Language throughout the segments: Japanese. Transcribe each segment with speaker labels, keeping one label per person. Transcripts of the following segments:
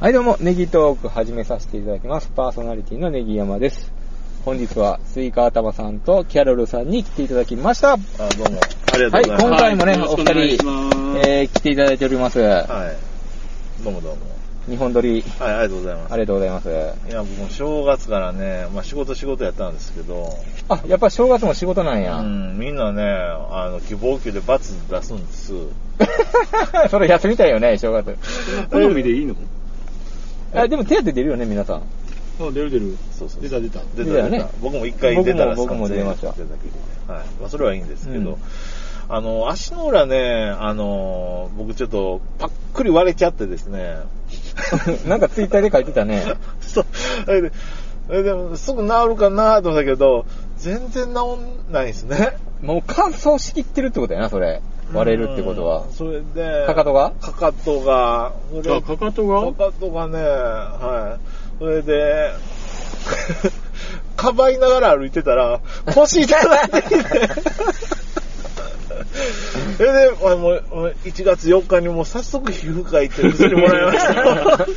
Speaker 1: はい、どうも、ネギトーク始めさせていただきます。パーソナリティのネギ山です。本日は、スイカ頭さんとキャロルさんに来ていただきました。は
Speaker 2: あどうも。
Speaker 3: あり
Speaker 1: い、
Speaker 3: がとうございます。
Speaker 1: 今回もね、
Speaker 3: はいよ
Speaker 1: お
Speaker 3: ろし
Speaker 1: 二人
Speaker 3: くお願いします、
Speaker 1: えー、来ていただいております。
Speaker 2: はい。どうもどうも。
Speaker 1: 日本撮り、
Speaker 2: はい、ありがとうございます。
Speaker 1: ありがとうございます。
Speaker 2: いや、僕も正月からね、まあ仕事仕事やったんですけど、
Speaker 1: あ、やっぱ正月も仕事なん
Speaker 2: う
Speaker 1: や。
Speaker 2: ん、みんなね、あの、希望級で罰出すんです。
Speaker 1: それ休みたいよね、正月。
Speaker 3: 好みでいいの
Speaker 1: あ、でも手当て出るよね、皆さん。
Speaker 3: あ、出る出る。
Speaker 2: そうそうそう
Speaker 3: 出た出た。
Speaker 2: 出
Speaker 1: 出たよ
Speaker 2: た出
Speaker 1: ね
Speaker 2: た。僕も一回出たら
Speaker 1: 僕も僕も出ました
Speaker 2: 出たけどね。はい。まあそれはいいんですけど、
Speaker 1: うん
Speaker 2: あの、足の裏ね、あの、僕ちょっとパックリ割れちゃってですね、
Speaker 1: なんかツイッターで書いてたね。
Speaker 2: そう。それで、それですぐ治るかなと思ったけど、全然治んないですね。
Speaker 1: もう乾燥しきってるってことやな、それ。 割れるってことは
Speaker 2: うん。それで、
Speaker 1: かかとが
Speaker 2: かかとが、それ
Speaker 3: あ、かかと
Speaker 2: か
Speaker 3: が
Speaker 2: かとがね、はい。それで、 かばいながら歩いてたら、腰痛くなってきて。 それで、俺もうもう1月4日にもう早速皮膚科行って薬もらいました。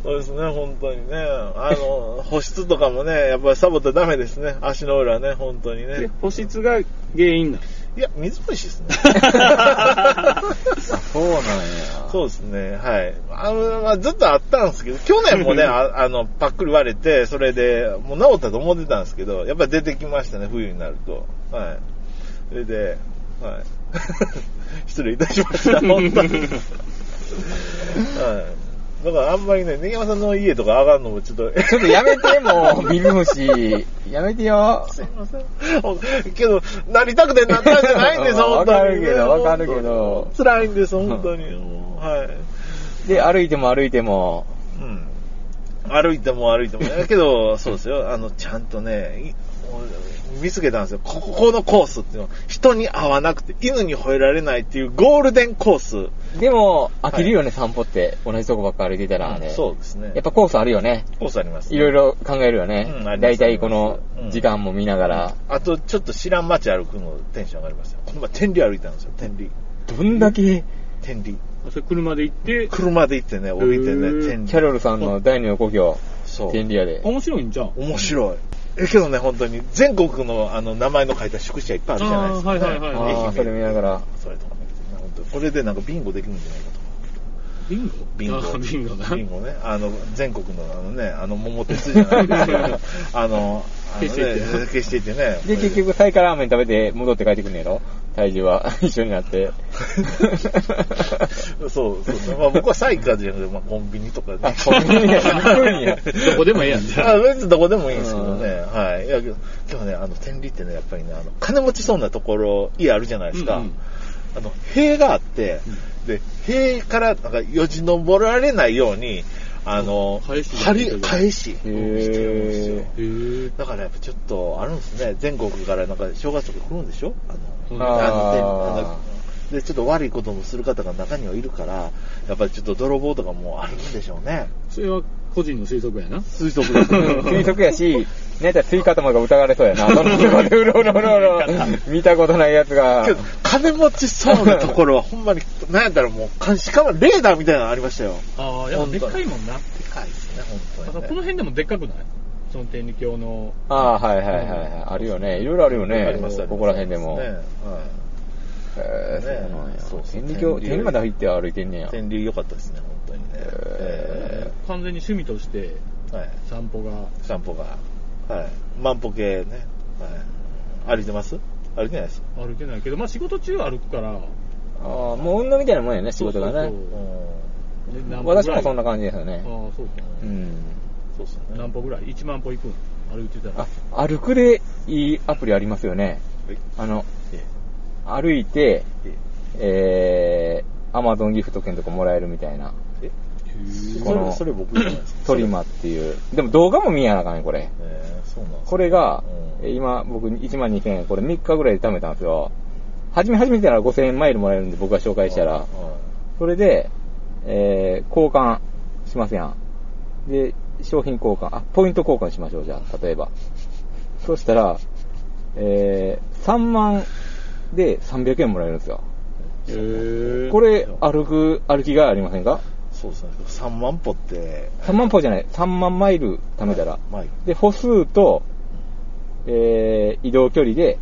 Speaker 2: そうですね、本当にね。あの、保湿とかもね、やっぱりサボってダメですね。足の裏ね、本当に
Speaker 3: で
Speaker 2: ね。
Speaker 3: 保湿が原因なの。
Speaker 2: いや、水虫 ですね。
Speaker 1: あ、そうなんや。
Speaker 2: そうですね、はい。あの、まあ、ずっとあったんですけど、去年 もね、ああの、パックリ割れて、それで、もう治ったと思ってたんですけど、やっぱり出てきましたね、冬になると。はい。それで、はい。 失礼いたしま した、本当に。はい。だからあんまりね、根山さんの家とか上がるのもちょっと、
Speaker 1: ちょっとやめて、もう、ビビ虫。やめてよ。
Speaker 2: すいません。けど、なりたくてなったんじゃないんです、
Speaker 1: わ
Speaker 2: 本
Speaker 1: か
Speaker 2: 当
Speaker 1: る
Speaker 2: に、ね。
Speaker 1: けどわかるけど
Speaker 2: 辛いんです、本当に。もうはい。
Speaker 1: で、歩いても歩いても。
Speaker 2: うん。歩いても歩いても。だけど、 そうですよ。あの、ちゃんとね、い見つけたんですよ。こここのコースっていうのは、人に会わなくて、犬に吠えられないっていうゴールデンコース。
Speaker 1: でも、飽きるよね、散歩って。同じとこばっか歩いてたらね。
Speaker 2: そうですね。
Speaker 1: やっぱコースあるよね。
Speaker 2: コースあります、
Speaker 1: いろい。ろ考えるよね
Speaker 2: うんあ。ります
Speaker 1: だいたいこの
Speaker 2: うん
Speaker 1: 時間も見ながら。
Speaker 2: あと、ちょっと知らん街歩くのテンション上がりました。この前、天理歩いたんですよ。天理。
Speaker 1: どんだけ、
Speaker 2: 天理。
Speaker 3: それ車で行って、
Speaker 2: 車で行ってね、降りて
Speaker 3: へ
Speaker 2: ね、
Speaker 3: ー
Speaker 2: 天
Speaker 1: キャ
Speaker 2: 理。
Speaker 1: ロルさんの第二の故郷、
Speaker 2: そう。
Speaker 1: 天理屋で。
Speaker 3: 面白いんじゃん。
Speaker 2: 面白い。え、けどね、本当に、全国の、あの、名前の書いた宿舎いっぱいあるじゃないですか、
Speaker 3: あーはいはいはい
Speaker 1: ああ、それ見ながら。
Speaker 2: それとかね、本当にこれでなんかビンゴできるんじゃないかとか。
Speaker 3: ビンゴ
Speaker 2: ビン
Speaker 3: あ
Speaker 2: ゴ。
Speaker 3: ビンゴな。
Speaker 2: ビンゴね。あの、全国のあのね、あの、桃鉄じゃないですけど、 あの、あのね、
Speaker 3: 消していって
Speaker 2: 消していってね。
Speaker 1: で、結局、サイカラーメン食べて戻って帰ってくんねやろ体重は 一緒にな って。
Speaker 2: そうそうそう。まあ僕はサイカーじゃなくて、まあコンビニとかね。
Speaker 1: あコンビニや 行くんや
Speaker 3: どこでもええやんじゃ
Speaker 2: あ
Speaker 3: ん。
Speaker 2: 別にどこでもいいんですけどね。
Speaker 1: う
Speaker 2: はい。いや、けど今日ね、あの、天理ってね、やっぱりね、あの、金持ちそうなところ、家あるじゃないですか。
Speaker 3: うんうん
Speaker 2: あの、塀があって、で、塀から、なんか、よじ登られないように、あの、
Speaker 3: 返し
Speaker 2: 張り、返し、して
Speaker 1: へ
Speaker 2: るん
Speaker 1: ー
Speaker 2: ですよ。
Speaker 3: へぇ
Speaker 2: だからやっぱちょっと、あるんですね。全国からなんか、正月とか来るんでしょあの、
Speaker 3: あー
Speaker 2: あの天あので、ちょっと悪いこともする方が中にはいるから、やっぱりちょっと泥棒とかもあるんでしょうね。
Speaker 3: それは個人の推測やな。
Speaker 2: 推測ですね。
Speaker 1: 推測やし、ねたらスイカ頭が疑われそうやな。そのとこでうろうろうろうろ。見たことないやつが
Speaker 2: け。ど金持ちそうなところはほんまに、なんやったらもう監視カメラ、レーダーみたいなのありましたよ。
Speaker 4: ああ、やっぱでっかいもんな。
Speaker 2: でかいですね、
Speaker 4: あ
Speaker 2: 本
Speaker 4: こ
Speaker 2: 当
Speaker 4: の
Speaker 2: に、ね。
Speaker 4: 辺でもでっかくないその天理教の。
Speaker 1: ああ、はいはいはいはい。あるよね。いろいろあるよ
Speaker 2: あ
Speaker 1: ね
Speaker 2: ります。
Speaker 1: ここら辺でも。
Speaker 2: ね
Speaker 1: へ
Speaker 2: はい
Speaker 1: えそうなんや
Speaker 2: ねそう。そう
Speaker 1: 天理教、天理まで入って歩いてんねや。
Speaker 2: 天竜良かったですね、本当にね。
Speaker 1: え
Speaker 2: え
Speaker 4: 完全に趣味として
Speaker 2: ーはい。
Speaker 4: 散歩が。
Speaker 2: 散歩が。はい。万歩計ね。はい。歩いてます歩いてないです。
Speaker 4: 歩けないけど、まあ仕事中歩くから、
Speaker 1: ああ、もう女みたいなもんやね、仕事がね。
Speaker 2: うん。
Speaker 4: ね
Speaker 1: 私もそんな
Speaker 4: 感
Speaker 1: 感じですよ
Speaker 4: じ
Speaker 1: ね
Speaker 4: ああ。、そうか。
Speaker 1: うん。
Speaker 2: そうっすね。
Speaker 4: 何歩ぐらい ?1 万歩行くん歩いてたら。
Speaker 1: あ、歩くでいいアプリありますよね。
Speaker 2: はい
Speaker 1: あの、
Speaker 2: え
Speaker 1: 歩いて、
Speaker 2: え
Speaker 1: えー、アマゾンギフト券とかもらえるみたいな。
Speaker 2: え
Speaker 1: ー
Speaker 2: それ、それ僕じゃないですか。
Speaker 1: トリマっていう。でも動画も見やなあかんね、これ。
Speaker 2: えーそうなんですね
Speaker 1: これが、
Speaker 2: うん
Speaker 1: えー今僕1万2000円、これ3日ぐらいで貯めたんですよ。初め初めてなら5000円マイルもらえるんで僕が紹介した
Speaker 2: は
Speaker 1: ら
Speaker 2: い、
Speaker 1: それで、えー、交換しますやん。で、商品交換、あ、ポイント交換しましょう、じゃあ、例えば。そうしたら、えー、3万で300円もらえるんですよ。
Speaker 3: へぇ
Speaker 1: これ、歩く、歩きがいありませんか
Speaker 2: そうですね。3万歩って、
Speaker 1: 3万歩じゃない、3万マイル貯めたら。
Speaker 2: マイル
Speaker 1: で、歩数と、えー移動距離で、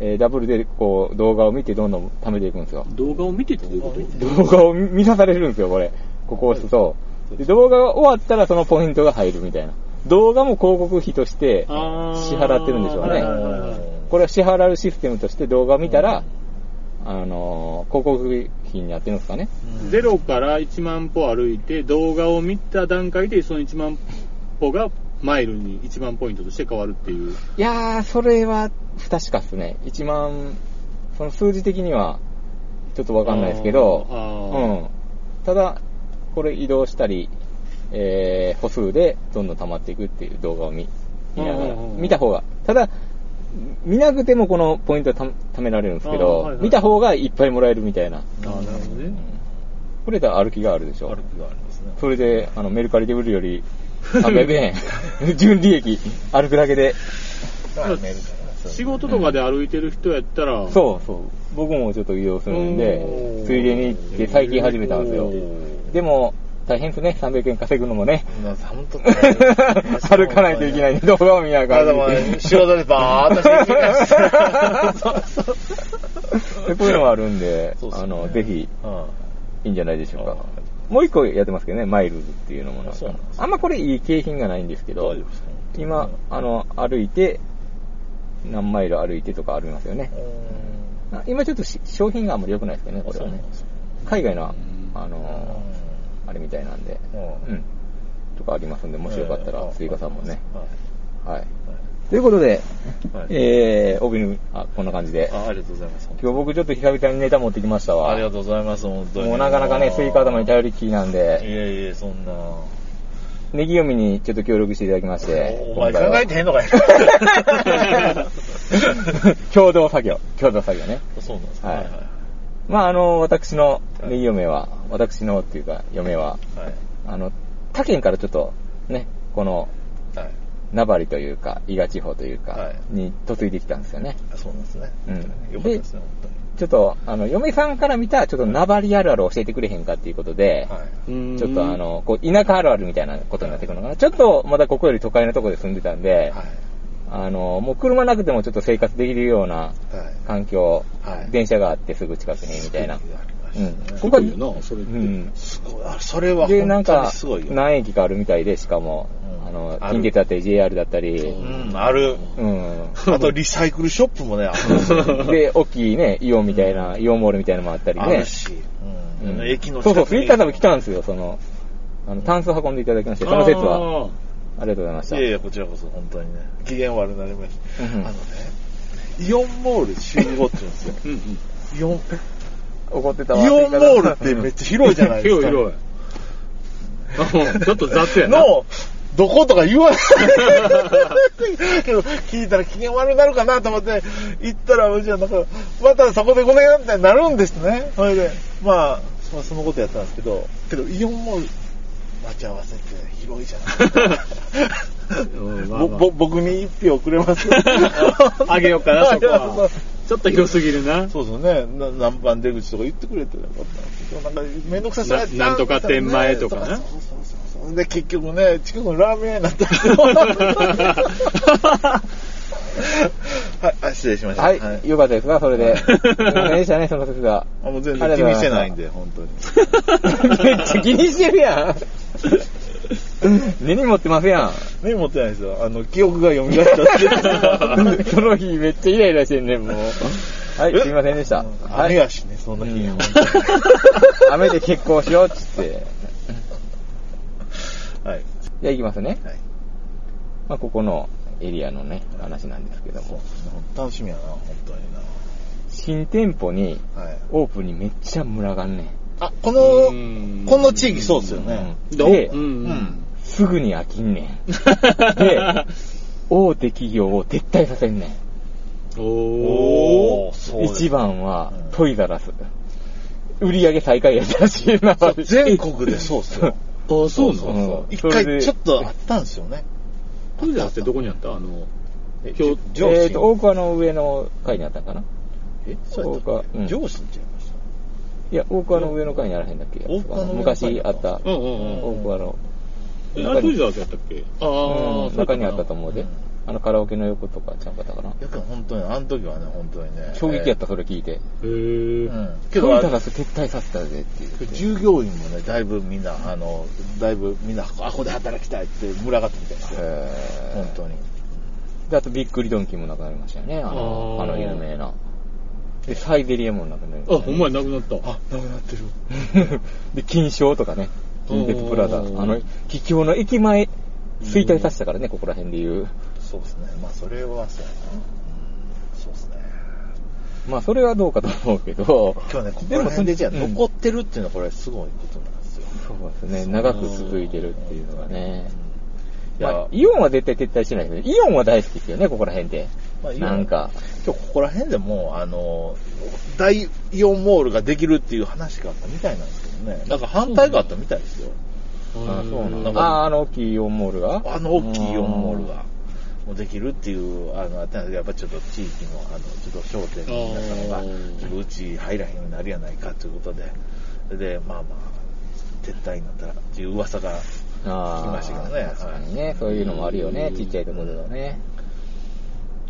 Speaker 1: えーダブルでこう動画を見てどんどん貯めていくんですよ。
Speaker 3: 動画を見てってどういうこ
Speaker 2: 動画を見
Speaker 3: と
Speaker 2: て
Speaker 1: 動画を見見さされるんですよ、これ。ここを押すと。で、動画が終わったらそのポイントが入るみたいな。動画も広告費として
Speaker 3: あー
Speaker 1: 支払ってるんでしょう
Speaker 3: はい
Speaker 1: ね
Speaker 3: はいはいはい。
Speaker 1: これは支払うシステムとして動画を見たら、あのー広告費になってるんですかね。
Speaker 2: うん
Speaker 3: ゼロから1万歩歩いて、動画を見た段階で、その1万歩がマイルに1万ポイントとして変わるっていう。
Speaker 1: いやー、それは不確かっすね。1万、その数字的にはちょっとわかんないですけど、
Speaker 3: あーあー
Speaker 1: うん。ただ、これ移動したり、えー、歩数でどんどん溜まっていくっていう動画を見見ながら、
Speaker 3: うんうんうん
Speaker 1: 見た方が、ただ、見なくてもこのポイントはた貯められるんですけ
Speaker 3: あー
Speaker 1: ど、
Speaker 3: はいはい
Speaker 1: 見た方がいっぱいもらえるみたいな。
Speaker 3: あーなるほどね。
Speaker 1: これだ歩きがあるでしょ。
Speaker 2: 歩きがありますね。
Speaker 1: それで、あの、メルカリで売るより、300円、 純利益、歩くだけで。
Speaker 2: だからメールかなそう
Speaker 3: 仕 事とかで歩いてる人やったら、
Speaker 1: そうそう。僕もちょっと移動するんで
Speaker 3: お、ー
Speaker 1: ついでに行って最近始めたんですよ
Speaker 3: お。ー
Speaker 1: でも、大変ですね、300円稼ぐのもね。
Speaker 2: な寒と
Speaker 1: 歩かないといけないんで、動画を見なが
Speaker 2: あ
Speaker 1: ら
Speaker 2: で。もね、仕事でバーッとしていきました。そうそう
Speaker 1: でこういうのもあるんで、
Speaker 2: そうっすね
Speaker 1: あの、ぜひ、
Speaker 2: うん
Speaker 1: いいんじゃないでしょうか。
Speaker 2: あ
Speaker 1: もう一個やってますけどね、マイルズっていうのもなん
Speaker 2: あ
Speaker 1: か
Speaker 2: そうなんですね
Speaker 1: あんまこれいい景品がないんですけど
Speaker 2: 大丈夫ですね、
Speaker 1: 今、あの、歩いて、何マイル歩いてとかありますよね。あ今ちょっとし商品があんまり良くないですけどね、これはね。海外の、あのーあれみたいなんで、
Speaker 2: う
Speaker 1: うんん。とかありますんで、もしよかったら、スイカさんもね。はい。
Speaker 2: は
Speaker 1: ということで、
Speaker 2: はい
Speaker 1: えー、帯の、あ、こんな感じで
Speaker 2: い。。あありがとうございます。
Speaker 1: 今日僕ちょっと久々にネタ持ってきましたわ。
Speaker 2: ありがとうございます、本当に。
Speaker 1: もうなかなかね、スイカ頭に頼りっきりなん
Speaker 2: い
Speaker 1: で、
Speaker 2: えいえ、そんな。
Speaker 1: ネギ読みにちょっと協力していただきまして、
Speaker 2: お前考えてへん のかよ。
Speaker 1: 共同作業、共同作業ね。
Speaker 2: そうなんですか。
Speaker 1: はい
Speaker 2: はい
Speaker 1: まあ、あの、私のネギ嫁は、私のっていうか、嫁は、
Speaker 2: はい。はい
Speaker 1: あの、他県からちょっと、ね、この、
Speaker 2: はい。
Speaker 1: 名張というか、伊賀地方という
Speaker 2: は
Speaker 1: か
Speaker 2: い、
Speaker 1: に嫁いできたんですよね。
Speaker 2: あそうなんですね。
Speaker 1: うん
Speaker 2: よかったですね、
Speaker 1: ちょっと、あの、嫁さんから見た、ちょっと名張あるある教えてくれへんかっていうことで、
Speaker 2: 本
Speaker 3: うーん
Speaker 1: ちょっとあ、の、こう、田舎あるあるみたいなことになってくるのかな。ちょっと、まだここより都会のとこで住んでたん
Speaker 2: 当に。
Speaker 1: で
Speaker 2: は、。
Speaker 1: あの、もう車なくてもちょっと生活できるようない
Speaker 2: はい。はい。
Speaker 1: 環境
Speaker 2: は、い
Speaker 1: 電車があってすぐ近くにみたいな
Speaker 2: す。
Speaker 1: う
Speaker 2: ごい
Speaker 1: ん。こ
Speaker 3: す
Speaker 1: こ
Speaker 3: ご
Speaker 1: は、う
Speaker 3: いよな、それって。
Speaker 1: ん。
Speaker 2: すごい。あそれは
Speaker 1: で、なん
Speaker 2: 本当に
Speaker 1: か
Speaker 2: すごい、よ。
Speaker 1: 何駅かあるみたいで、しかも
Speaker 2: う、ん
Speaker 1: あの、
Speaker 2: ある
Speaker 1: 近鉄だったり JR だったり、
Speaker 2: うん、ある。
Speaker 1: うん。
Speaker 2: あと、リサイクルショップもね、あるんですよ
Speaker 1: で、大きいね、イオンみたいな、イオンモールみたいなのもあったり
Speaker 2: あ
Speaker 1: ね
Speaker 2: る。し。
Speaker 1: う
Speaker 2: うん
Speaker 1: ん
Speaker 2: 駅の
Speaker 1: そうそう、
Speaker 2: 近くに
Speaker 1: 藤田さんも来たんですよ、その、あの、タンス運んでいただきまして、その説は、
Speaker 3: あ
Speaker 1: ありがとうございました。
Speaker 2: いやいや、こちらこそ、本当にね。機嫌悪なりました。
Speaker 1: うんうん
Speaker 2: あのね、イオンモール集合って言うんですよ。
Speaker 3: ーうんうん。
Speaker 2: イオン、イ
Speaker 1: 怒ってたわ。
Speaker 2: オンモールってめっちゃ広いじゃないです か。
Speaker 3: 広い広い。あもうちょっと雑 やな。
Speaker 2: の、どことか言わない。 けど、聞いたら機嫌悪くなるかなと思って、行ったら、うちはなんか、またそこでごめんみたいになるんですね。それで、まあ、まあそのことやったんですけど、けど、イオンモール、待ち合わせって広いじゃないですか
Speaker 3: うんまあ
Speaker 2: ぼ
Speaker 3: まあ
Speaker 2: ぼ僕に一票くれます
Speaker 3: あげよう かな、そこは。ちょっと広すぎるな。
Speaker 2: そうですよね。な何番出口とか言ってくれてなかったんですけど、なんかめんどくさそうやった
Speaker 3: ななんとか店前とかね
Speaker 2: そうそうそうそう。で、結局ね、近くのラーメン屋になったん ですよはいあ、失礼しました。
Speaker 1: はい、よかったですか、それ で。うんでしたね、その説が。
Speaker 2: あもう全然気にしてないんで、本当に。
Speaker 1: めっちゃ気にしてるやん。根に持ってますや ん。
Speaker 2: 目持ってないですよ。あの、記憶が蘇っちゃって。
Speaker 1: その日めっちゃイライラしてんねん、もう。はい、すいませんでした。は
Speaker 2: 雨
Speaker 1: い
Speaker 2: や。しね、そんな日に
Speaker 1: うん雨で結婚しようっつって。
Speaker 2: はい。
Speaker 1: じゃあ行きますね。
Speaker 2: はい
Speaker 1: まあ、ここのエリアのね、話なんですけども。
Speaker 2: 楽しみやな、本当に
Speaker 1: 新店舗に、
Speaker 2: な。はい。
Speaker 1: オープンにめっちゃ群がんねん。
Speaker 2: あ、こ
Speaker 3: うーん
Speaker 2: の、この地域そうですよね。
Speaker 1: うん
Speaker 3: どう
Speaker 1: で
Speaker 3: う、ん。
Speaker 1: すぐに飽きんねん。 で、大手企業を撤退させんねん。
Speaker 3: おー。
Speaker 2: ー
Speaker 1: 一。番は
Speaker 2: うん
Speaker 1: トイザラス。売り上げ最下位やったらしいな。
Speaker 2: そう全国でそうっすよ。
Speaker 3: あ、そうな
Speaker 2: そう
Speaker 3: の
Speaker 2: そう。
Speaker 1: うん
Speaker 2: 一
Speaker 1: それ
Speaker 2: 回
Speaker 1: で
Speaker 2: ちょっとあったんですよね。
Speaker 3: トイレってどこにあったあの、
Speaker 2: え
Speaker 3: 今日
Speaker 2: 上
Speaker 1: えっ
Speaker 2: 司
Speaker 1: と、大桑の上の階にあったんかな。
Speaker 2: え、そうやったっけ
Speaker 1: 大川うん
Speaker 2: 上司って言いました。
Speaker 1: いや、大桑の上の階にあらへんだっけ
Speaker 2: 大桑の上の階
Speaker 1: 昔あった、
Speaker 3: うん
Speaker 1: 大
Speaker 3: うんうん。
Speaker 1: 桑の。
Speaker 3: え、
Speaker 1: 中
Speaker 3: あ
Speaker 1: に
Speaker 3: れ、富士だけやったっけああ、
Speaker 1: うん
Speaker 3: そうか
Speaker 1: 中にあったと思うで。あのカラオケの横とかちゃうかったかな。
Speaker 2: やけど本当に、あの時はね、本当にね。
Speaker 1: 衝撃やった、それ聞いて。
Speaker 3: へ
Speaker 2: え
Speaker 3: え
Speaker 2: ー。うん。け
Speaker 1: け
Speaker 2: ど、
Speaker 1: ど、
Speaker 2: あ
Speaker 1: たら撤退させたぜっていう。
Speaker 2: 従業員もね、だいぶみんな、あの、だいぶみんな、あ、ここで働きたいって群がってきたんですよ。
Speaker 1: へー
Speaker 2: 本当に。
Speaker 1: で、あと、びっくりドンキーもなくなりましたよね。あの、
Speaker 3: あ
Speaker 1: あ
Speaker 3: ー
Speaker 1: の有名な。で、サイゼリエもなくなりました、
Speaker 3: あ、
Speaker 1: ね。
Speaker 3: ほんまになくなった。あ、
Speaker 2: なくなってる。
Speaker 1: で、金賞とかね、近鉄プラザ、あ
Speaker 3: おー
Speaker 1: の、桔梗の駅前、衰退させたからね、ここら辺で言う。
Speaker 2: そうですね。まあ、それはそうやな。うんそうですね。
Speaker 1: まあ、それはどうかと思うけど、
Speaker 2: 今日ね、ここら辺でじゃあ
Speaker 1: でもそ
Speaker 2: 残ってるっていうのは、これすごいことなんですよ。
Speaker 1: そうですね、長く続いてるっていうのがね。
Speaker 2: うんい
Speaker 1: ま
Speaker 2: や、
Speaker 1: あ、イオンは絶対撤退しないけど、イオンは大好きですよね、ここら辺で。
Speaker 2: まあイオン
Speaker 1: なんか、
Speaker 2: 今日ここら辺でもう、あの、大イオンモールができるっていう話があったみたいなんですけどね。なんか反対があったみたいですよ。
Speaker 1: あそうなん
Speaker 2: な
Speaker 1: だ
Speaker 2: ん。か
Speaker 1: あ、あの大きいイオンモールが
Speaker 2: あの大きいイオンモールが。もうできるっていう、あの、あったんでやっぱちょっと地域の、あの、ちょっと商店の皆様が、
Speaker 3: あー
Speaker 2: ちょっとうち入らへんようになるやないかということで、で、まあまあ、撤退になったらっていう噂が、
Speaker 1: あー
Speaker 2: 聞きましたけどね
Speaker 1: 確かにね、そういうのもあるよね
Speaker 3: う、ん
Speaker 1: ちっちゃいところではね。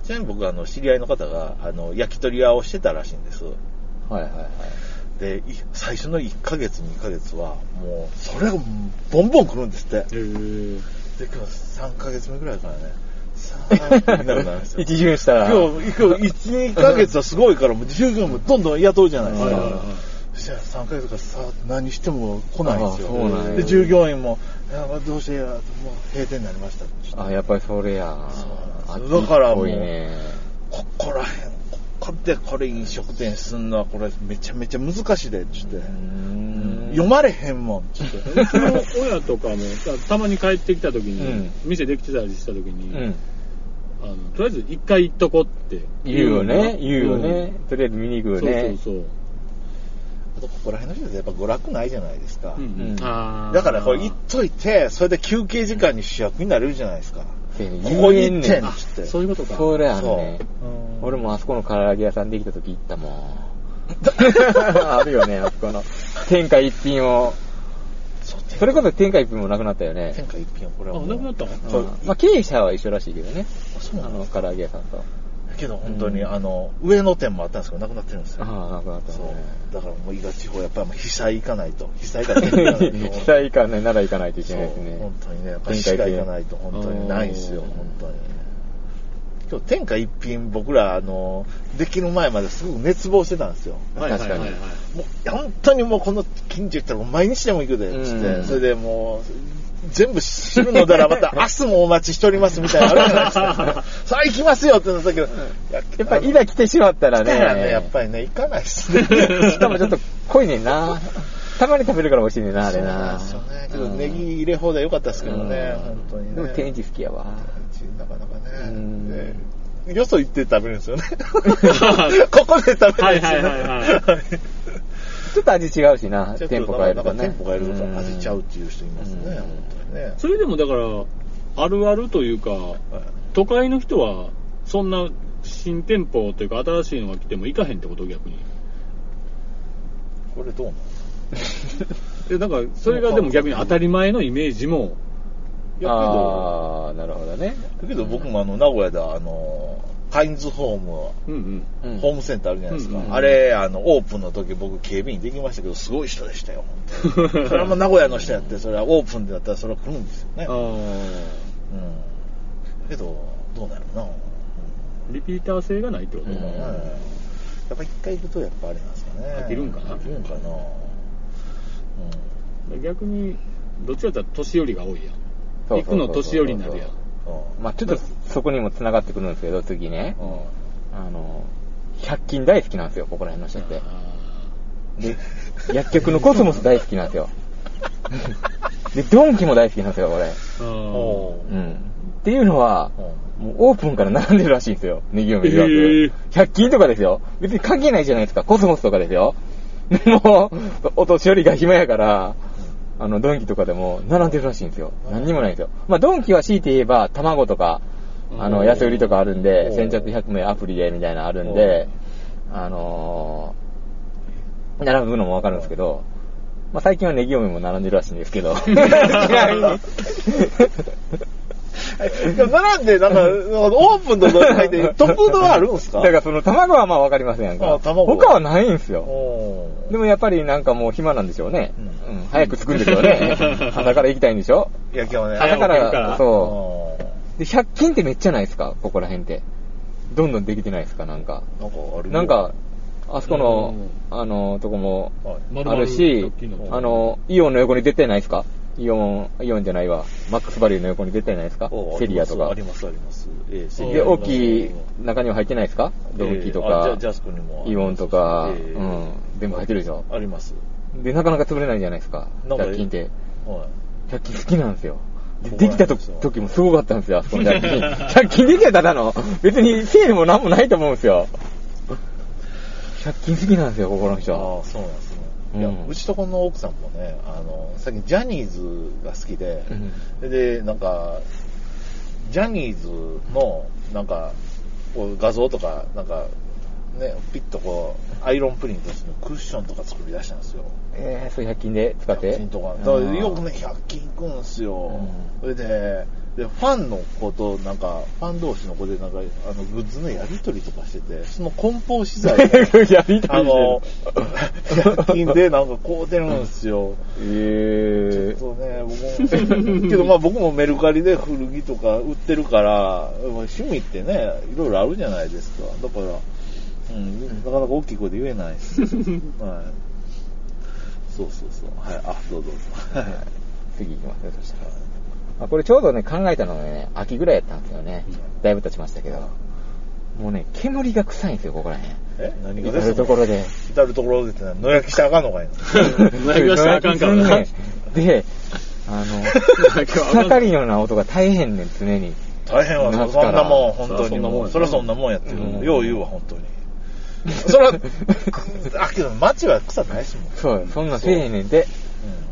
Speaker 2: ちなみに僕、あの、知り合いの方が、あの、焼き鳥屋をしてたらしいんです。
Speaker 1: はいはいはい。
Speaker 2: で、い最初の1ヶ月、2ヶ月は、もう、それがボンボン来るんですって。
Speaker 3: へえ。
Speaker 2: で、今日3ヶ月目ぐらいから ね、さーってみんなくなりましたよ
Speaker 1: 一巡したら。
Speaker 2: 今日、今日、1、2ヶ月はすごいから、もう従業員もどんどん雇うじゃないです
Speaker 3: はい
Speaker 2: か。
Speaker 3: はいはい
Speaker 2: そしたら3ヶ月からさ、何しても来ないんですよ。
Speaker 1: あそうなんや
Speaker 2: で、従業員も、いやどうしてや、もう閉店になりましたって言って。
Speaker 1: あ、やっぱりそれや。
Speaker 2: そうなんです
Speaker 1: あ
Speaker 2: だからもう
Speaker 1: いいね。
Speaker 2: ここらへん、ここでこれ飲食店すんのは、これめちゃめちゃ難しいで、ちょっと。読まれへんもん、ちょっと。
Speaker 3: うちの親とかも、たたまに帰ってきた時に、
Speaker 1: うん
Speaker 3: 店できてたりした時
Speaker 1: う
Speaker 3: に、
Speaker 1: ん。
Speaker 3: あの、とりあえず一回行っとこって。
Speaker 1: 言うよね、
Speaker 3: ん
Speaker 1: 言うよね。とりあえず見に行くよね。
Speaker 3: そうそう
Speaker 2: あと、ここら辺の人ってやっぱ娯楽ないじゃないですか。
Speaker 3: そう。
Speaker 1: うん
Speaker 3: あー
Speaker 2: だから、これ行っといて、それで休憩時間に主役になれるじゃないですか。
Speaker 1: せやね
Speaker 2: ここに
Speaker 1: 言えん
Speaker 2: 行ってん
Speaker 3: あ
Speaker 2: つって
Speaker 3: そういうことか。
Speaker 1: それあるね。
Speaker 2: そう
Speaker 1: 俺もあそこの唐揚げ屋さんできた時行ったもん。あるよね、あそこの。天下一品を。
Speaker 2: そう
Speaker 1: それこそ天下一品もなくなったよね
Speaker 2: 天。下一品はこれ
Speaker 3: あ、
Speaker 2: はもう。
Speaker 3: なくなったの
Speaker 1: うんまあ経営者は一緒らしいけどね。
Speaker 2: そう
Speaker 1: あ
Speaker 2: なの
Speaker 1: の、唐揚げ屋さんと。
Speaker 2: けど本当に、
Speaker 1: うん
Speaker 2: あの、上野店もあったんですけど、なくなってるんですよ。
Speaker 1: ああ、なくなった
Speaker 2: そ
Speaker 1: ね。
Speaker 2: う。だからもう伊賀地方、やっぱりもう被災行かないと。被 災から行かないと。
Speaker 1: 行きたいかね、なら行かないといけ
Speaker 2: そう
Speaker 1: ないですね。
Speaker 2: 本当にね、やっぱり市街行かないと本当にないんですよ、
Speaker 3: うん
Speaker 2: 本当に。今日天下一品僕ら、あの、できる前まですごく熱望してたんですよ。
Speaker 3: はいはいはいはい
Speaker 1: 確。
Speaker 2: もう本当にもうこの近所行ったら毎日でも行くで、つって、
Speaker 1: うん
Speaker 2: それでもう、全部知るのならまた明日もお待ちしておりますみたいなのあるじゃないです か。さあ行きますよってなったけど、
Speaker 1: や
Speaker 2: や
Speaker 1: っぱり、
Speaker 2: あの
Speaker 1: イラ来てしまったら
Speaker 2: 来たらね、やっ
Speaker 1: ね。
Speaker 2: ぱりね、行かないっすね。
Speaker 1: しかもちょっと濃いねんな。たまに食べるから美味しいねんな、あれな。
Speaker 2: そうなんですよね。けど
Speaker 1: うん
Speaker 2: ネギ入れ放題良かったですけどね、
Speaker 1: うん
Speaker 2: 本当にね。
Speaker 1: でも天一好きやわ。
Speaker 2: なかなか
Speaker 1: う
Speaker 2: ね
Speaker 1: ん。
Speaker 2: でよそ行って食べるんです よね。ここで食べるんですよね。
Speaker 3: はいはいはいは
Speaker 1: ちょっと味違うしな、
Speaker 2: ちょっと
Speaker 1: 店舗変える
Speaker 2: なん
Speaker 1: と
Speaker 2: か
Speaker 1: ね。
Speaker 2: 店舗変えると
Speaker 1: うん
Speaker 2: か味ちゃうっていう人いますね、
Speaker 1: うん
Speaker 2: 本当にね。
Speaker 3: それでもだから、あるあるというか、都会の人は、そんな新店舗というか新しいのが来ても行かへんってこと逆に。
Speaker 2: これどうなの
Speaker 3: で、なんか、それがでも逆に当たり前のイメージも、
Speaker 2: いや
Speaker 1: ああ、なるほどね。
Speaker 2: けど、だけど僕もあの、名古屋であの、カインズホーム、
Speaker 3: うんうん。
Speaker 1: うん
Speaker 2: ホームセンターあるじゃないですか。
Speaker 3: うんうん
Speaker 1: うん
Speaker 2: あれ、あの、オープンの時僕警備員できましたけど、すごい人でしたよ、本当にそれはもう名古屋の人やって、それはオープンでやったらそれは来るんですよね。
Speaker 3: あ
Speaker 2: うん。けど、どうなるな。
Speaker 3: ーリピーター性がないってこと
Speaker 1: うん
Speaker 2: うんやっぱ一回行くとやっぱあれなんですかね。
Speaker 3: 飽きるんかな
Speaker 2: 飽きるんかな。う
Speaker 3: で逆に、どっちかって言ったら年寄りが多いやん。
Speaker 1: そうそうそう
Speaker 3: 行
Speaker 1: そう
Speaker 3: くの年寄りになるやん。
Speaker 2: ん。うん
Speaker 1: まあちょっとそこにも繋がってくるんですけど、次ね。
Speaker 2: うん
Speaker 1: あの、100均大好きなんですよ、ここら辺の人って。
Speaker 3: あ
Speaker 1: で、薬局のコスモス大好きなんですよ。 で、ドンキも大好きなんですよ、これ。
Speaker 3: ー
Speaker 2: おう
Speaker 1: うん。っていうのは、もうオープンから並んでるらしいんですよ。ネギを見るわ
Speaker 3: へー
Speaker 1: 100均とかですよ。別に関係ないじゃないですか。コスモスとかですよ。もう、お年寄りが暇やから、あの、ドンキとかでも並んでるらしいんですよ。何にもないんですよ。まあ、ドンキは強いて言えば、卵とか、あ
Speaker 3: う
Speaker 1: の、
Speaker 3: ん
Speaker 1: 安売りとかあるんで
Speaker 2: う、ん
Speaker 1: 先着100名アプリでみたいなのあるんで、あの並ぶのもわかるんですけど、まあ最近はネギ嫁も並んでるらしいんですけど、 ちなみに。
Speaker 2: でも並んで、なんか、オープンの状態で、 トップドアあるんです か
Speaker 1: だからその卵はまあわかりませんやんか。
Speaker 2: あ卵は
Speaker 1: 他はないんですよ。
Speaker 2: おー
Speaker 1: でもやっぱりなんかもう暇なんでしょうね。
Speaker 2: う
Speaker 1: うん、早く作るんでしょうね。 朝から行きたいんでしょ
Speaker 2: 焼きはね。
Speaker 1: 朝か、
Speaker 3: 早起きからら
Speaker 1: そ
Speaker 2: おー
Speaker 1: う。で、100均ってめっちゃないですかここら辺って。どんどんできてないですかなんか。
Speaker 2: なんかあるよ
Speaker 1: なんか、、あそこの
Speaker 4: うん、
Speaker 1: あの、とこも、
Speaker 2: はい
Speaker 4: 丸々
Speaker 1: あるし
Speaker 4: 大きいの、
Speaker 1: あの、イオンの横に出てないですかイオン、イオンじゃないわ。マックスバリューの横に出てないですか
Speaker 2: おー
Speaker 1: セリアとか
Speaker 2: あ。ります、あります。ありますええセリア
Speaker 1: で、大きい
Speaker 2: え
Speaker 1: 中にも入ってないですかドンキーと
Speaker 2: えあジ
Speaker 1: か
Speaker 2: ャ、ジャスコにもあります
Speaker 1: イオンとか、う
Speaker 2: ええ
Speaker 1: ん、全部入ってるでしょ。
Speaker 2: あります。
Speaker 1: で、なかなか潰れないじゃないですか。
Speaker 2: なんか
Speaker 1: 100均って。
Speaker 2: は
Speaker 1: 100均好きなんですよ。で
Speaker 2: そう
Speaker 1: できた
Speaker 2: なんです
Speaker 1: 時
Speaker 2: よ
Speaker 1: 時もすごかったんですよ、あそこの100均。100均できたらただの。別にセールもなんもないと思うんですよ。100均好きなんですよ、ここの
Speaker 2: い。
Speaker 1: 人。
Speaker 2: ああ、そうなんですね。いや、
Speaker 1: うん
Speaker 2: うちとこの奥さんもね、あの、最近ジャニーズが好きで、
Speaker 1: うん
Speaker 2: で、なんか、ジャニーズの、なんか、こう画像とか、なんか、ね、ピッとこう、アイロンプリントしてクッションとか作り出したんですよ。
Speaker 1: えー、そう100均で使って。
Speaker 2: 100均とか。だか
Speaker 1: う
Speaker 2: ら
Speaker 1: ん
Speaker 2: よくね、100均行くんすよ
Speaker 1: うん。
Speaker 2: それで、で、ファンの子と、なんか、ファン同士の子で、なんか、あの、グッズのやり取りとかしてて、その梱包資 材を
Speaker 1: や りた
Speaker 2: あ
Speaker 1: い
Speaker 2: の、100均でなんか買うてるんすよ。
Speaker 1: え
Speaker 2: そうね、僕も。けどまあ僕もメルカリで古着とか売ってるから、趣味ってね、いろいろあるじゃないですか。だから、うん、なかなか大きい声で言えない です。はい。そうそうそう。はい、あ、どうぞ。はい。
Speaker 1: ー、次行きますよ、そしたら。あこれちょうどね、考えたのがね、秋ぐらいやったんですよね。だいぶ経ちましたけど。もうね、煙が臭いんですよ、ここら辺。
Speaker 2: え何が
Speaker 1: 至
Speaker 2: です
Speaker 1: るところ で。
Speaker 2: 至るところでってのは野焼きしたらあかんのかいな。
Speaker 3: 野焼きはしたらあかんからな
Speaker 1: 野焼きすんねん で、あ の、草刈りのような音が大変ねん、常に。
Speaker 2: 大変は
Speaker 1: 夏
Speaker 2: そんなもん、
Speaker 1: から
Speaker 2: 本当にもう。そ
Speaker 3: そ
Speaker 2: りゃ
Speaker 3: りゃ
Speaker 2: そ
Speaker 3: そ
Speaker 2: ん
Speaker 3: ん
Speaker 2: な
Speaker 3: な
Speaker 2: もんやってる。
Speaker 1: うん
Speaker 2: よう言うわ、本 当に。そら、くあ、けど街は草ないしもん。
Speaker 1: そう、そんなせえへんねんて、
Speaker 2: う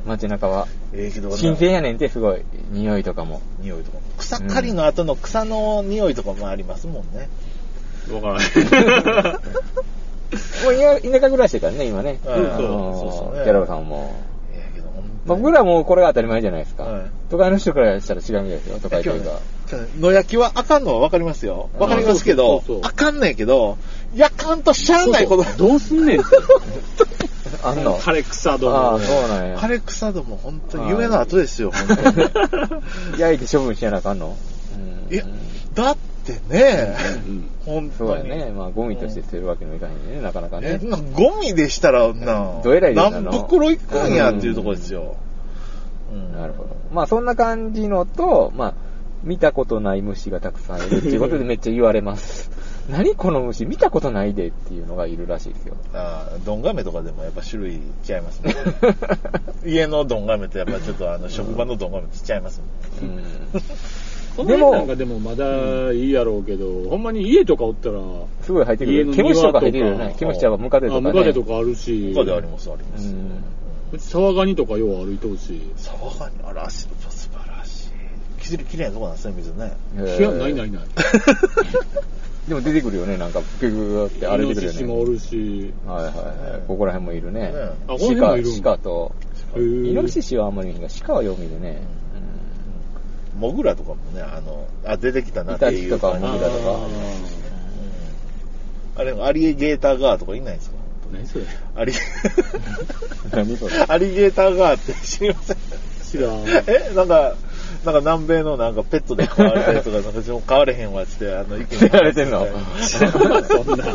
Speaker 2: ん
Speaker 1: 街中は。
Speaker 2: ええけどな
Speaker 1: 新鮮やねんて、すごい。匂いとかも。
Speaker 2: 匂いとかも。草刈りの後の草の匂いとかもありますもんね。
Speaker 3: わからない。
Speaker 1: もう田田舎暮らしだからね、今ね。
Speaker 2: うん
Speaker 1: あの
Speaker 2: そうそうそうね
Speaker 1: ギャラブさんも。
Speaker 2: ええけど、ほんとに
Speaker 1: まあ僕らはもうこれが当たり前じゃないですか。
Speaker 2: はい
Speaker 1: 都会の人からしたら違うみたいですよ、都会というか。
Speaker 2: 今日ね野焼きはあかんのはわかりますよ。わかりますけ
Speaker 3: あ
Speaker 2: ど
Speaker 3: そうそう、そう
Speaker 2: あかんねんけど、やかんとしゃあないこと。
Speaker 3: ど うすんねんって。
Speaker 1: あんの
Speaker 3: 枯れ草ど
Speaker 1: あ
Speaker 3: も
Speaker 1: あ、。そうなんや。
Speaker 2: 枯れ草ども本当に夢の後ですよ、本当にね。
Speaker 1: 焼いて処分しやなあかんのうん
Speaker 2: いや、だってね、
Speaker 3: うん
Speaker 2: 本
Speaker 1: そう
Speaker 2: 当
Speaker 1: や
Speaker 2: に。
Speaker 1: ね。まあゴミとして捨てるわけにもいかへんね、なかなか
Speaker 2: え
Speaker 1: ね。
Speaker 2: なゴミでしたらな、
Speaker 1: どえらいですあ
Speaker 2: 何
Speaker 1: の
Speaker 2: 袋いくんやっていうところですよ。うん
Speaker 1: なるほど。まあそんな感じのと、まあ、見たことない虫がたくさんいるっていう ことでめっちゃ言われます。何この虫見たことないでっていうのがいるらしいですよ。
Speaker 2: あードンガメとかでもやっぱ種類違いますね。 家のドンガメとやっぱちょっとあの職場のドンガメと違いますね。
Speaker 1: うん
Speaker 3: この辺なんかでもまだいいやろうけど、ほんまに家とかおったら、
Speaker 1: すごい入ってく
Speaker 3: 家
Speaker 1: る。
Speaker 3: の
Speaker 1: 毛
Speaker 3: 庭
Speaker 1: 虫
Speaker 3: と
Speaker 1: とか
Speaker 3: か
Speaker 1: 入ってくるよね。毛虫ちゃんはムカデとか
Speaker 3: あ
Speaker 1: ね。
Speaker 3: ムカデとかあるし、
Speaker 2: 他であります、あります。
Speaker 1: うん
Speaker 3: うち沢ガニとかよう歩いてほしい。
Speaker 2: サバガニ、あら、素晴らしい。きれいきれいなとこなんですね、水ね。
Speaker 1: へー
Speaker 3: いや、ないないない。
Speaker 1: でも出てくるよね、なんか、グググってあれ
Speaker 3: イ
Speaker 1: 出
Speaker 3: ノ
Speaker 1: て
Speaker 3: シシ
Speaker 1: くる
Speaker 3: もお
Speaker 1: よね。
Speaker 3: るし、
Speaker 1: はいはいはい。ここら辺もいるね
Speaker 2: ね。
Speaker 3: あこの
Speaker 1: シ
Speaker 3: 辺もい
Speaker 1: カ、
Speaker 3: るん
Speaker 1: シカと、
Speaker 3: へー
Speaker 1: イノシシはあんまり見ないが、シカはよく見るね。
Speaker 2: モグラとかもね、あの、あ、出てきたなってい
Speaker 1: イタチ
Speaker 2: う
Speaker 1: とか
Speaker 2: 感じ
Speaker 1: モグラとか
Speaker 3: あ
Speaker 2: あれ、アリゲーターガーとかいないんですか
Speaker 3: ー何それ
Speaker 2: アリ、
Speaker 1: 何それ
Speaker 2: アリゲーターガーって知りません
Speaker 3: 知らん。
Speaker 2: えなんか、なんか南米のなんかペットで飼われたやつが、なんか自分飼われへんわっつって、あの、意
Speaker 1: 捨てられてんの
Speaker 3: そんな。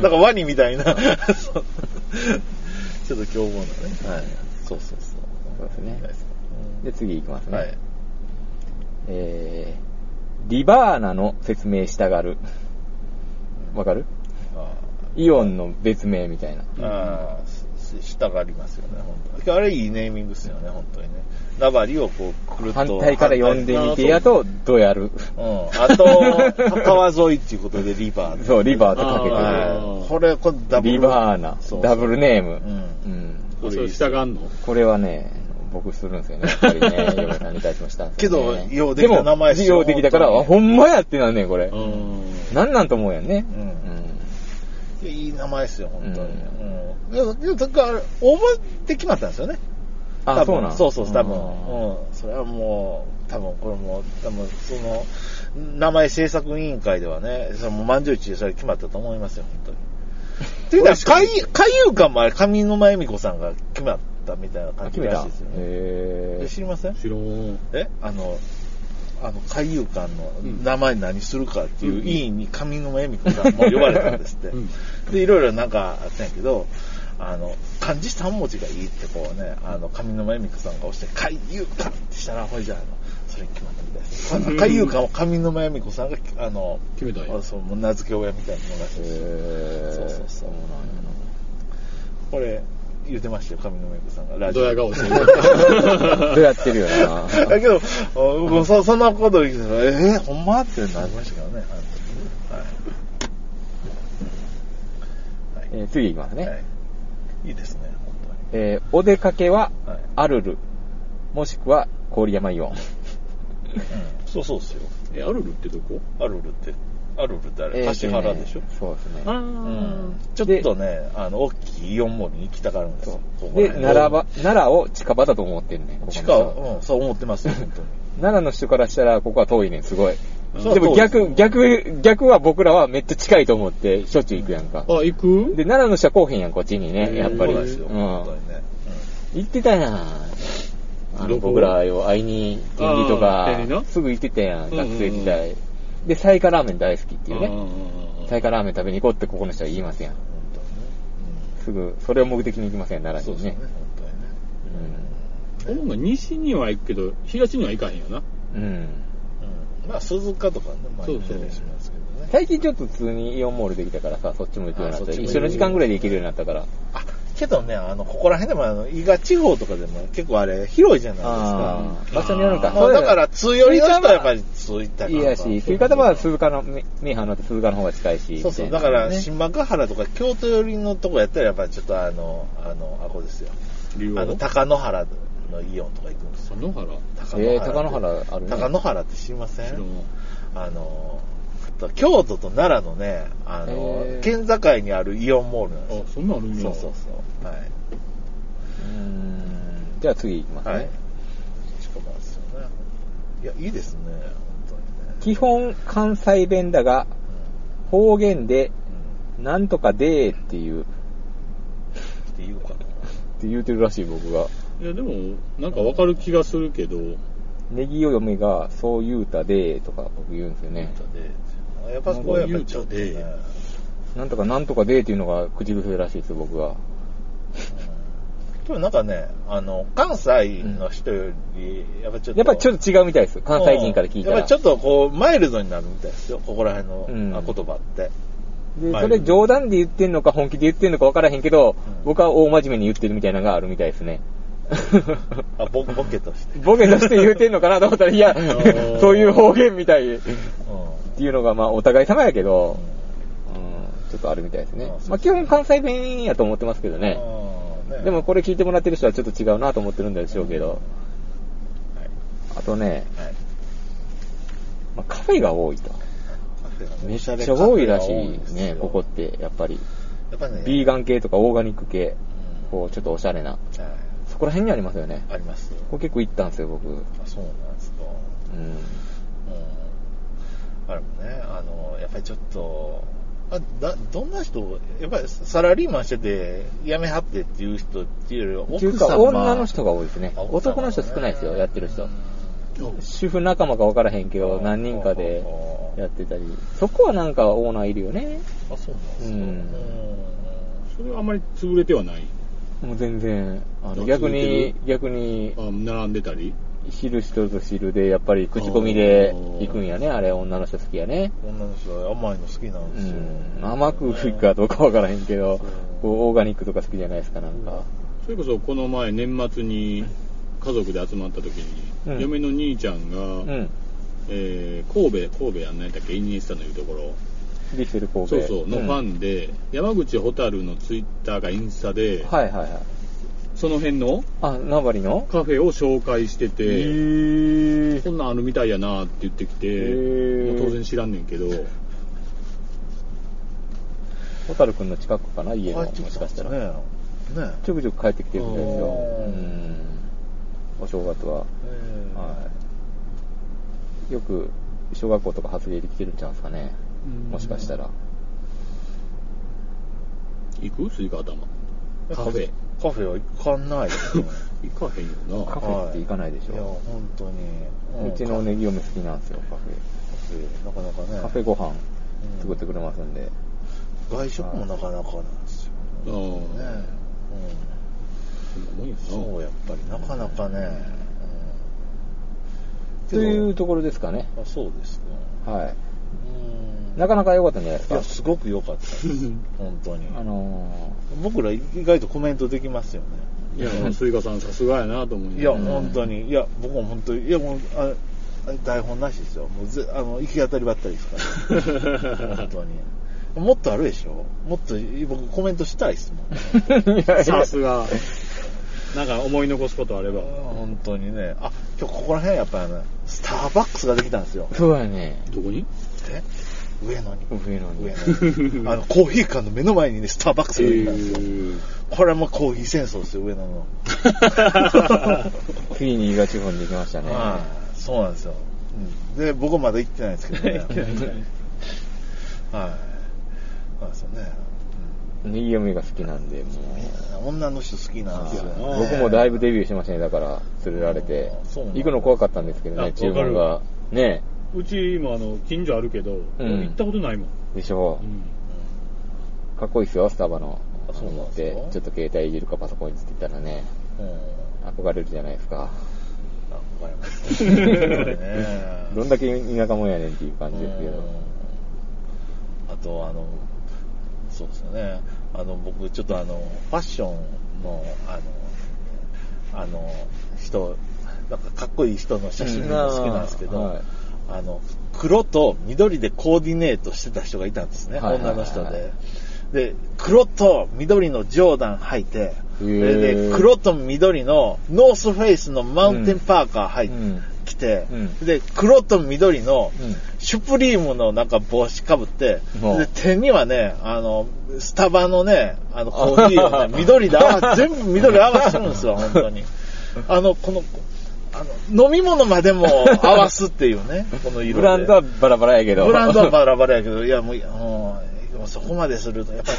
Speaker 2: なんかワニみたいな、 そうちょっと凶暴なね。はい。そうそうそう。
Speaker 1: そうですね
Speaker 2: うん
Speaker 1: で、次行きますね。
Speaker 2: はい。
Speaker 1: えー、リバーナの説明したがる。わかる
Speaker 2: あ
Speaker 1: イオンの別名みたいな。
Speaker 2: ーあー、ししたがりますよね、本当あれいいネーミングですよね、本当にね。ナバリをこう、くるっと。
Speaker 1: 反対から呼んでみてや
Speaker 2: 反
Speaker 1: と、どうやる。
Speaker 2: 対。うん。あと、川沿いっていうことでリバー
Speaker 1: そう、リバーとかけて
Speaker 3: あ
Speaker 1: る。
Speaker 2: はいこれ、これダブル。
Speaker 1: リバーナ
Speaker 2: そう、
Speaker 1: ダブルネーム。
Speaker 2: う
Speaker 1: うん
Speaker 3: それ下があんの
Speaker 1: これはね、僕するんですよね。やっぱりね、嫁さんに対しましたんですよね、
Speaker 2: けどようできた名前
Speaker 1: でも、ようできたから、
Speaker 2: 本当
Speaker 1: あ
Speaker 2: に
Speaker 1: ほんまやってなんねん、これ
Speaker 3: う。ん。
Speaker 1: なんなんと思うやんね。
Speaker 2: うんいい名前ですよ、本当
Speaker 1: う
Speaker 2: に。うん
Speaker 4: も
Speaker 2: でも、でもそこから応募できまったんですよね。
Speaker 1: あ、
Speaker 2: 多分
Speaker 1: そうなん
Speaker 2: そうそう、多分。
Speaker 1: うん
Speaker 2: うん。それはもう、多分これも、多分その、名前制作委員会ではね、それもう満場一致でそれ決まったと思いますよ、本 当に。っていうか、海遊海遊館もあれ、上沼恵美子さんが決まったみたいな
Speaker 1: あ
Speaker 2: 感
Speaker 1: 決
Speaker 2: じ
Speaker 1: め
Speaker 2: ら
Speaker 1: た
Speaker 2: しいですよ。ね。
Speaker 1: へ
Speaker 2: え
Speaker 1: ー
Speaker 2: 知りません
Speaker 3: 知らん。
Speaker 2: えあの、あの、海遊館の名前何するかっていう委員に上沼恵美子さんも呼ばれたんですって。
Speaker 3: うん
Speaker 2: で、いろいろなんかあったんやけど、あの、漢字三文字がいいってこうね、あの、上沼恵美子さんが押して、海遊館ってしたら、ほいじゃあ、あの、それに決まったみたいです。あの海遊館を上沼恵美子さんが、あの、
Speaker 3: 決めたんや
Speaker 2: あそう、もう名付け親みたいなのがしいです
Speaker 1: へー
Speaker 2: そうそうそう。これ、言ってましたよ、上沼恵美子さんが。ラジ
Speaker 3: ド
Speaker 2: オ
Speaker 3: ヤ顔して る。
Speaker 1: どうやってるよな。
Speaker 2: だけど、おもうそそんなこと言ってたら、えー、ほんまってなりましたけどね。あのはい。はい。
Speaker 1: えー次いきますね。
Speaker 2: はい。いいですね、本
Speaker 1: えーお出かけは
Speaker 2: はい
Speaker 1: アルル、もしくは郡山イオン。
Speaker 2: 当に。うん。そうそうっすよ。
Speaker 3: え、アルルってどこ
Speaker 2: アルルって、アルルってあれ、
Speaker 1: えー
Speaker 2: 橿原でしょ、
Speaker 1: そうですね。
Speaker 3: あ
Speaker 2: うん
Speaker 3: ー。
Speaker 2: ちょっとね、あの、大きいイオンモールに行きたがるんですよ。ここ
Speaker 1: で、
Speaker 2: ね
Speaker 1: 奈良ば、奈良を近場だと思ってるねん、ここの
Speaker 2: 地
Speaker 1: 人
Speaker 2: 下を、うん、そう思ってますよ、本当に。
Speaker 1: 奈良の人からしたら、ここは遠いねん、すごい。
Speaker 2: そう
Speaker 1: でも
Speaker 2: そう
Speaker 1: 逆、
Speaker 2: です
Speaker 1: 逆、逆は僕らはめっちゃ近いと思って、しょっちゅう行くやんか。
Speaker 3: あ、行く
Speaker 1: で、奈良の人は来おへんやん、こっちにね、
Speaker 3: うん
Speaker 1: やっぱり。
Speaker 2: そううですよ、
Speaker 1: ん。
Speaker 2: 本当
Speaker 1: 行
Speaker 2: にね。
Speaker 1: ってたやん。あの
Speaker 3: どこ
Speaker 1: 僕らよ、会いに、天理と
Speaker 3: あ
Speaker 1: か
Speaker 3: ー天理な、
Speaker 1: すぐ行ってたやん、
Speaker 3: うんうんうん
Speaker 1: 学生時代。で、サイカラーメン大好きっていう
Speaker 3: あ
Speaker 1: ね。
Speaker 3: ー
Speaker 1: サイカラーメン食べに行こうってここの人は言いますやん。
Speaker 2: うん、本当にね。
Speaker 1: すぐ、それを目的に行きません、
Speaker 2: うん。
Speaker 1: 奈
Speaker 2: そ
Speaker 1: 良
Speaker 2: うで
Speaker 1: に
Speaker 2: すね、
Speaker 1: ね
Speaker 2: 本。当にね。
Speaker 3: 主に西には行くけど、東には行かへんよな。
Speaker 1: うん。
Speaker 2: うんまあ、鈴鹿とかね、まあ、
Speaker 3: そ
Speaker 2: 行
Speaker 3: う
Speaker 2: っ
Speaker 3: そう
Speaker 2: たりしますけどね。
Speaker 1: 最近ちょっと普通にイオンモールできたからさ、そっちも行くようになった
Speaker 2: あそっちも
Speaker 1: 一緒の時間ぐらいで行けるようになったから。
Speaker 2: あ、けどね、あの、ここら辺でも、あの、伊賀地方とかでも結構あれ、広いじゃないですか。
Speaker 1: あー
Speaker 3: うん
Speaker 1: 場所による
Speaker 2: ま
Speaker 1: か。
Speaker 2: あ
Speaker 1: そう
Speaker 2: だから、通寄りの人はやっぱ
Speaker 1: い
Speaker 2: り、そういった
Speaker 1: いやし、スイカ玉は鈴鹿の、みミーハーの鈴鹿の方が近いし。
Speaker 2: そうそう。
Speaker 1: み
Speaker 2: だ
Speaker 1: た
Speaker 2: か
Speaker 1: いな
Speaker 2: ら、
Speaker 1: ね
Speaker 2: 新幕原とか京都寄りのとこやったら、やっぱりちょっとあの、あの、あこですよ。
Speaker 3: 理由
Speaker 2: あ
Speaker 3: は
Speaker 2: の、高野原のイオンとか行くんですよ。
Speaker 3: 佐野原
Speaker 2: 高
Speaker 1: えー
Speaker 2: って
Speaker 1: 高野原あるね
Speaker 2: 高野原って知りませ
Speaker 3: 知ら
Speaker 2: ん
Speaker 3: ん
Speaker 2: あの、京都と奈良のね、あの
Speaker 1: へー、
Speaker 2: 県境にあるイオンモールなんですよ
Speaker 3: あ、。そんなんあるんや。
Speaker 2: そうそうそう。はい。
Speaker 1: うーん。じゃあ次行きますね。
Speaker 2: はい。しかもですよね。いや、いいですね。本当に
Speaker 1: 基
Speaker 2: ね。
Speaker 1: 本関西弁だが、
Speaker 2: う
Speaker 1: 方言で、
Speaker 2: ん。うん
Speaker 1: なんとかでーっていう、っ
Speaker 2: っていうかな。
Speaker 1: て言うてるらしい僕が。
Speaker 3: いや、でも、なんかわかる気がするけど、
Speaker 1: ネギを嫁が、そう言うたでーとか僕言うんですよね。
Speaker 2: で、やっぱそこはやっぱりちょっとね、
Speaker 3: うん
Speaker 1: なんとかなんとかでーっていうのが口癖らしいですよ、僕は。
Speaker 2: でもなんかね、あの、関西の人より、やっぱちょっと。
Speaker 1: やっぱりちょっと違うみたいです。関西人から聞いたら。
Speaker 2: やっぱりちょっとこう、マイルドになるみたいですよ。ここら辺の
Speaker 1: うん
Speaker 2: あ言葉って。
Speaker 1: で、
Speaker 2: まあ
Speaker 1: それ冗談で言ってんのか本気で言ってんのか分からへんけど、
Speaker 2: うん
Speaker 1: 僕は大真面目に言ってるみたいなのがあるみたいです ね。
Speaker 2: あ、ボボケとして。
Speaker 1: ボケとして言うてんのかなと思ったら、い や
Speaker 3: ー、
Speaker 1: そういう方言みたいって
Speaker 2: う
Speaker 1: いうのが、まあ、お互い様やけ
Speaker 2: ん。
Speaker 1: ど
Speaker 2: う、ん
Speaker 1: うん、ちょっとあるみたいですね
Speaker 2: あ。そう
Speaker 1: まあ、基本関西弁やと思ってますけどね。
Speaker 2: うんね
Speaker 1: でもこれ聞いてもらってる人はちょっと違うなと思ってるんでしょうけど。
Speaker 2: はい。
Speaker 1: あとね、
Speaker 2: はい。
Speaker 1: まあ、カフェが多いと。
Speaker 2: カフェが
Speaker 1: め
Speaker 2: お
Speaker 1: っち
Speaker 2: し
Speaker 1: ゃ
Speaker 2: れ
Speaker 1: 多いらし
Speaker 2: カフェが多ん
Speaker 1: い
Speaker 2: です
Speaker 1: ね、
Speaker 2: よ
Speaker 1: ここって、やっぱり。
Speaker 2: やっぱね、
Speaker 1: ビーガン系とかオーガニック系、
Speaker 2: うん
Speaker 1: こう、ちょっとおしゃれな。
Speaker 2: はい
Speaker 1: そこら辺にありますよね。
Speaker 2: ありますよ。
Speaker 1: これ結構行ったんですよ、僕。うん。
Speaker 2: あそうなんですか。うん。あれもね、あの、やっぱりちょっと、あだどんな人、やっぱりサラリーマンしてて、辞めはってっていう人っていうよりは、
Speaker 1: っていう
Speaker 2: 奥
Speaker 1: か、
Speaker 2: 様
Speaker 1: 女の人が多いですね。
Speaker 2: あ奥様
Speaker 1: 男の人少ないですよ、やってる人。
Speaker 3: あ
Speaker 1: 主婦仲間か分からへんけど、
Speaker 2: あ
Speaker 1: 何人かで
Speaker 2: あ
Speaker 1: やってたり。そこはなんかオーナーいるよね。
Speaker 2: あ、そうなんです
Speaker 1: うん
Speaker 2: か。うん
Speaker 3: それはあまり潰れてはない。
Speaker 1: もう全然、あの、
Speaker 3: あ
Speaker 1: 逆
Speaker 3: 続い
Speaker 1: に
Speaker 3: て、
Speaker 1: 逆に
Speaker 3: あ、並んでたり。
Speaker 1: 知る人ぞ知るで、やっぱり口コミで行くんやね。あれ、女の人好きやね。
Speaker 2: 女の人は甘いの好きな
Speaker 1: うん
Speaker 2: ですよ。
Speaker 1: ん。甘く食いくかどうか分からへんけど
Speaker 2: そう、
Speaker 1: こう、オーガニックとか好きじゃないですか、なんか。
Speaker 3: それこそこの前年末に家族で集まった時に、
Speaker 1: うん
Speaker 3: 嫁の兄ちゃんが、
Speaker 1: うん。
Speaker 3: えー神戸、神戸やんないだっけ、イニエスタのいうところ、
Speaker 1: できてる神戸。
Speaker 3: そうそう、のファ
Speaker 1: ン。
Speaker 3: ンで、山口蛍のツイッターがインスタで、
Speaker 1: はいはいはい。
Speaker 3: その辺の
Speaker 1: あ、ナバリの
Speaker 3: カフェを紹介して
Speaker 1: へ
Speaker 3: て、
Speaker 1: ー
Speaker 3: こんなんあるみたいやなって言ってきて、
Speaker 1: へー
Speaker 3: まあ当然知らんねんけど、
Speaker 1: ホタルくんの近くかな、家が。も
Speaker 2: 帰って
Speaker 1: し
Speaker 2: き
Speaker 1: かしたら。
Speaker 2: ね。ね
Speaker 1: ちょくちょく帰ってきてるみたいですよ。
Speaker 2: おー
Speaker 1: うん。お正月は。はい。よく、小学校とか発芸で来てるんちゃうんですかね。もしかしたら。
Speaker 3: 行くスイカ頭。
Speaker 2: い
Speaker 3: カフェ。
Speaker 2: カフェは行かないですね。
Speaker 3: 行かへんよ
Speaker 1: カ
Speaker 3: な。
Speaker 1: フェって行かないでし
Speaker 2: いや、
Speaker 1: ょ。
Speaker 2: 本当に。
Speaker 1: うんちのネギ嫁好きなんですよ、カフェ。
Speaker 2: カフェ、なかなかね。
Speaker 1: カフェご飯
Speaker 2: うん
Speaker 1: 作ってくれますんで。
Speaker 2: 外食もなかなかなんですよ。
Speaker 3: ああ、
Speaker 2: ね。
Speaker 3: すご
Speaker 2: うん。
Speaker 3: いよな。
Speaker 2: そう、やっぱりなかなかね。うん
Speaker 1: というところですかね。
Speaker 2: あそうですね。
Speaker 1: は
Speaker 2: うん
Speaker 1: い。なかなか良かったんじゃないです
Speaker 2: い
Speaker 1: か
Speaker 2: や、。すごく良かっ たです。本当に。
Speaker 1: あの
Speaker 2: 僕ら意外とコメントできますよね。
Speaker 3: いや、スイカさんさすがやなと思
Speaker 2: いや、
Speaker 1: うん
Speaker 2: 本当に。いや、僕も本当に。いや、もう、ああ台本なしですよ。もうぜあの、行き当たりばったりです から。本当に。もっとあるでしょもっと、僕コメントしたいですもん。
Speaker 1: ー いやいや
Speaker 3: さすが。
Speaker 4: なんか思い残すことあれば。
Speaker 2: 本当にね。あ、今日ここら辺やっぱりね、スターバックスができたんですよ。
Speaker 1: そうや ね。
Speaker 3: どこに
Speaker 2: え上野に。
Speaker 1: 上野に
Speaker 2: 上野にあの、コーヒー館の目の前にね、スターバックスができたんですよ。これはもうコーヒー戦争ですよ、上野 の。
Speaker 1: ついに伊賀地方にできましたね。
Speaker 2: はいそうなんですよ。うんで、僕まだ行ってないんですけどね。行ってない、はい。そうですよね。
Speaker 1: ネギ嫁が好きなんで、もう。
Speaker 2: うん女の人好きなんですよ、ね。
Speaker 1: 僕もだいぶデビューしましたね、だから、連れられて
Speaker 2: あーそうな。んだ
Speaker 1: 行くの怖かったんですけど
Speaker 3: あ
Speaker 1: ね、
Speaker 3: わか
Speaker 1: 注
Speaker 3: る
Speaker 1: 文が。ね
Speaker 4: うち今あの、近所あるけど、
Speaker 1: うん
Speaker 4: 行ったことないもん。
Speaker 1: え、でしょ
Speaker 4: うん
Speaker 1: う。かっこいいっすよ、スタバの。
Speaker 2: あそうなんです
Speaker 1: で
Speaker 2: か、
Speaker 1: ちょっと携帯いじるかパソコンいじってたらね、
Speaker 2: うん。うん
Speaker 1: 憧れるじゃないですか。
Speaker 2: あわかります。 すごいね
Speaker 1: どんだけ田舎もんやねんっていう感じですけ
Speaker 2: うん
Speaker 1: ど。
Speaker 2: あと、あの、そうですよね。あの、僕、ちょっとあの、ファッションの、あの、あの、人、なんかかっこいい人の写真が好きなんですけど、
Speaker 1: うんはい
Speaker 2: あの、黒と緑でコーディネートしてた人がいたんですね、
Speaker 1: はいはいはい
Speaker 2: 女の人で。で、黒と緑のジョーダン履いて、
Speaker 1: へ
Speaker 2: そ
Speaker 1: ー
Speaker 2: れで、黒と緑のノースフェイスのマウンテンパーカー履いて、
Speaker 1: うん
Speaker 2: 着て、
Speaker 1: うん
Speaker 2: で、黒と緑の
Speaker 1: うん、
Speaker 2: シュプリームのなんか帽子かぶって、
Speaker 1: うん
Speaker 2: で、手にはね、あの、スタバのね、あの、コーヒーをね、緑で泡、全部緑合わせてる んですよ、本当に。あの、この、あの、飲み物ま でも合わすっていうね、この色で。
Speaker 1: ブランドはバラバラやけど。
Speaker 2: ブランドはバラバラやけど、いや、もう、もうそこまですると、やっぱ、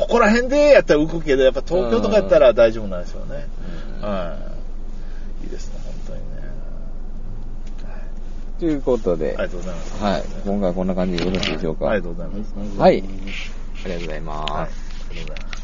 Speaker 2: ここら辺でやったら浮くけど、やっぱ東京とかやったら大丈夫なんですよね。はい。いいですね、本当にね。
Speaker 1: ということで、
Speaker 2: ありがとうございます。
Speaker 1: はい。今回はこんな感じでよろしいでしょうか。
Speaker 2: ありがとうございます。
Speaker 1: はい。ありがとうございます。
Speaker 2: ありがとうございます。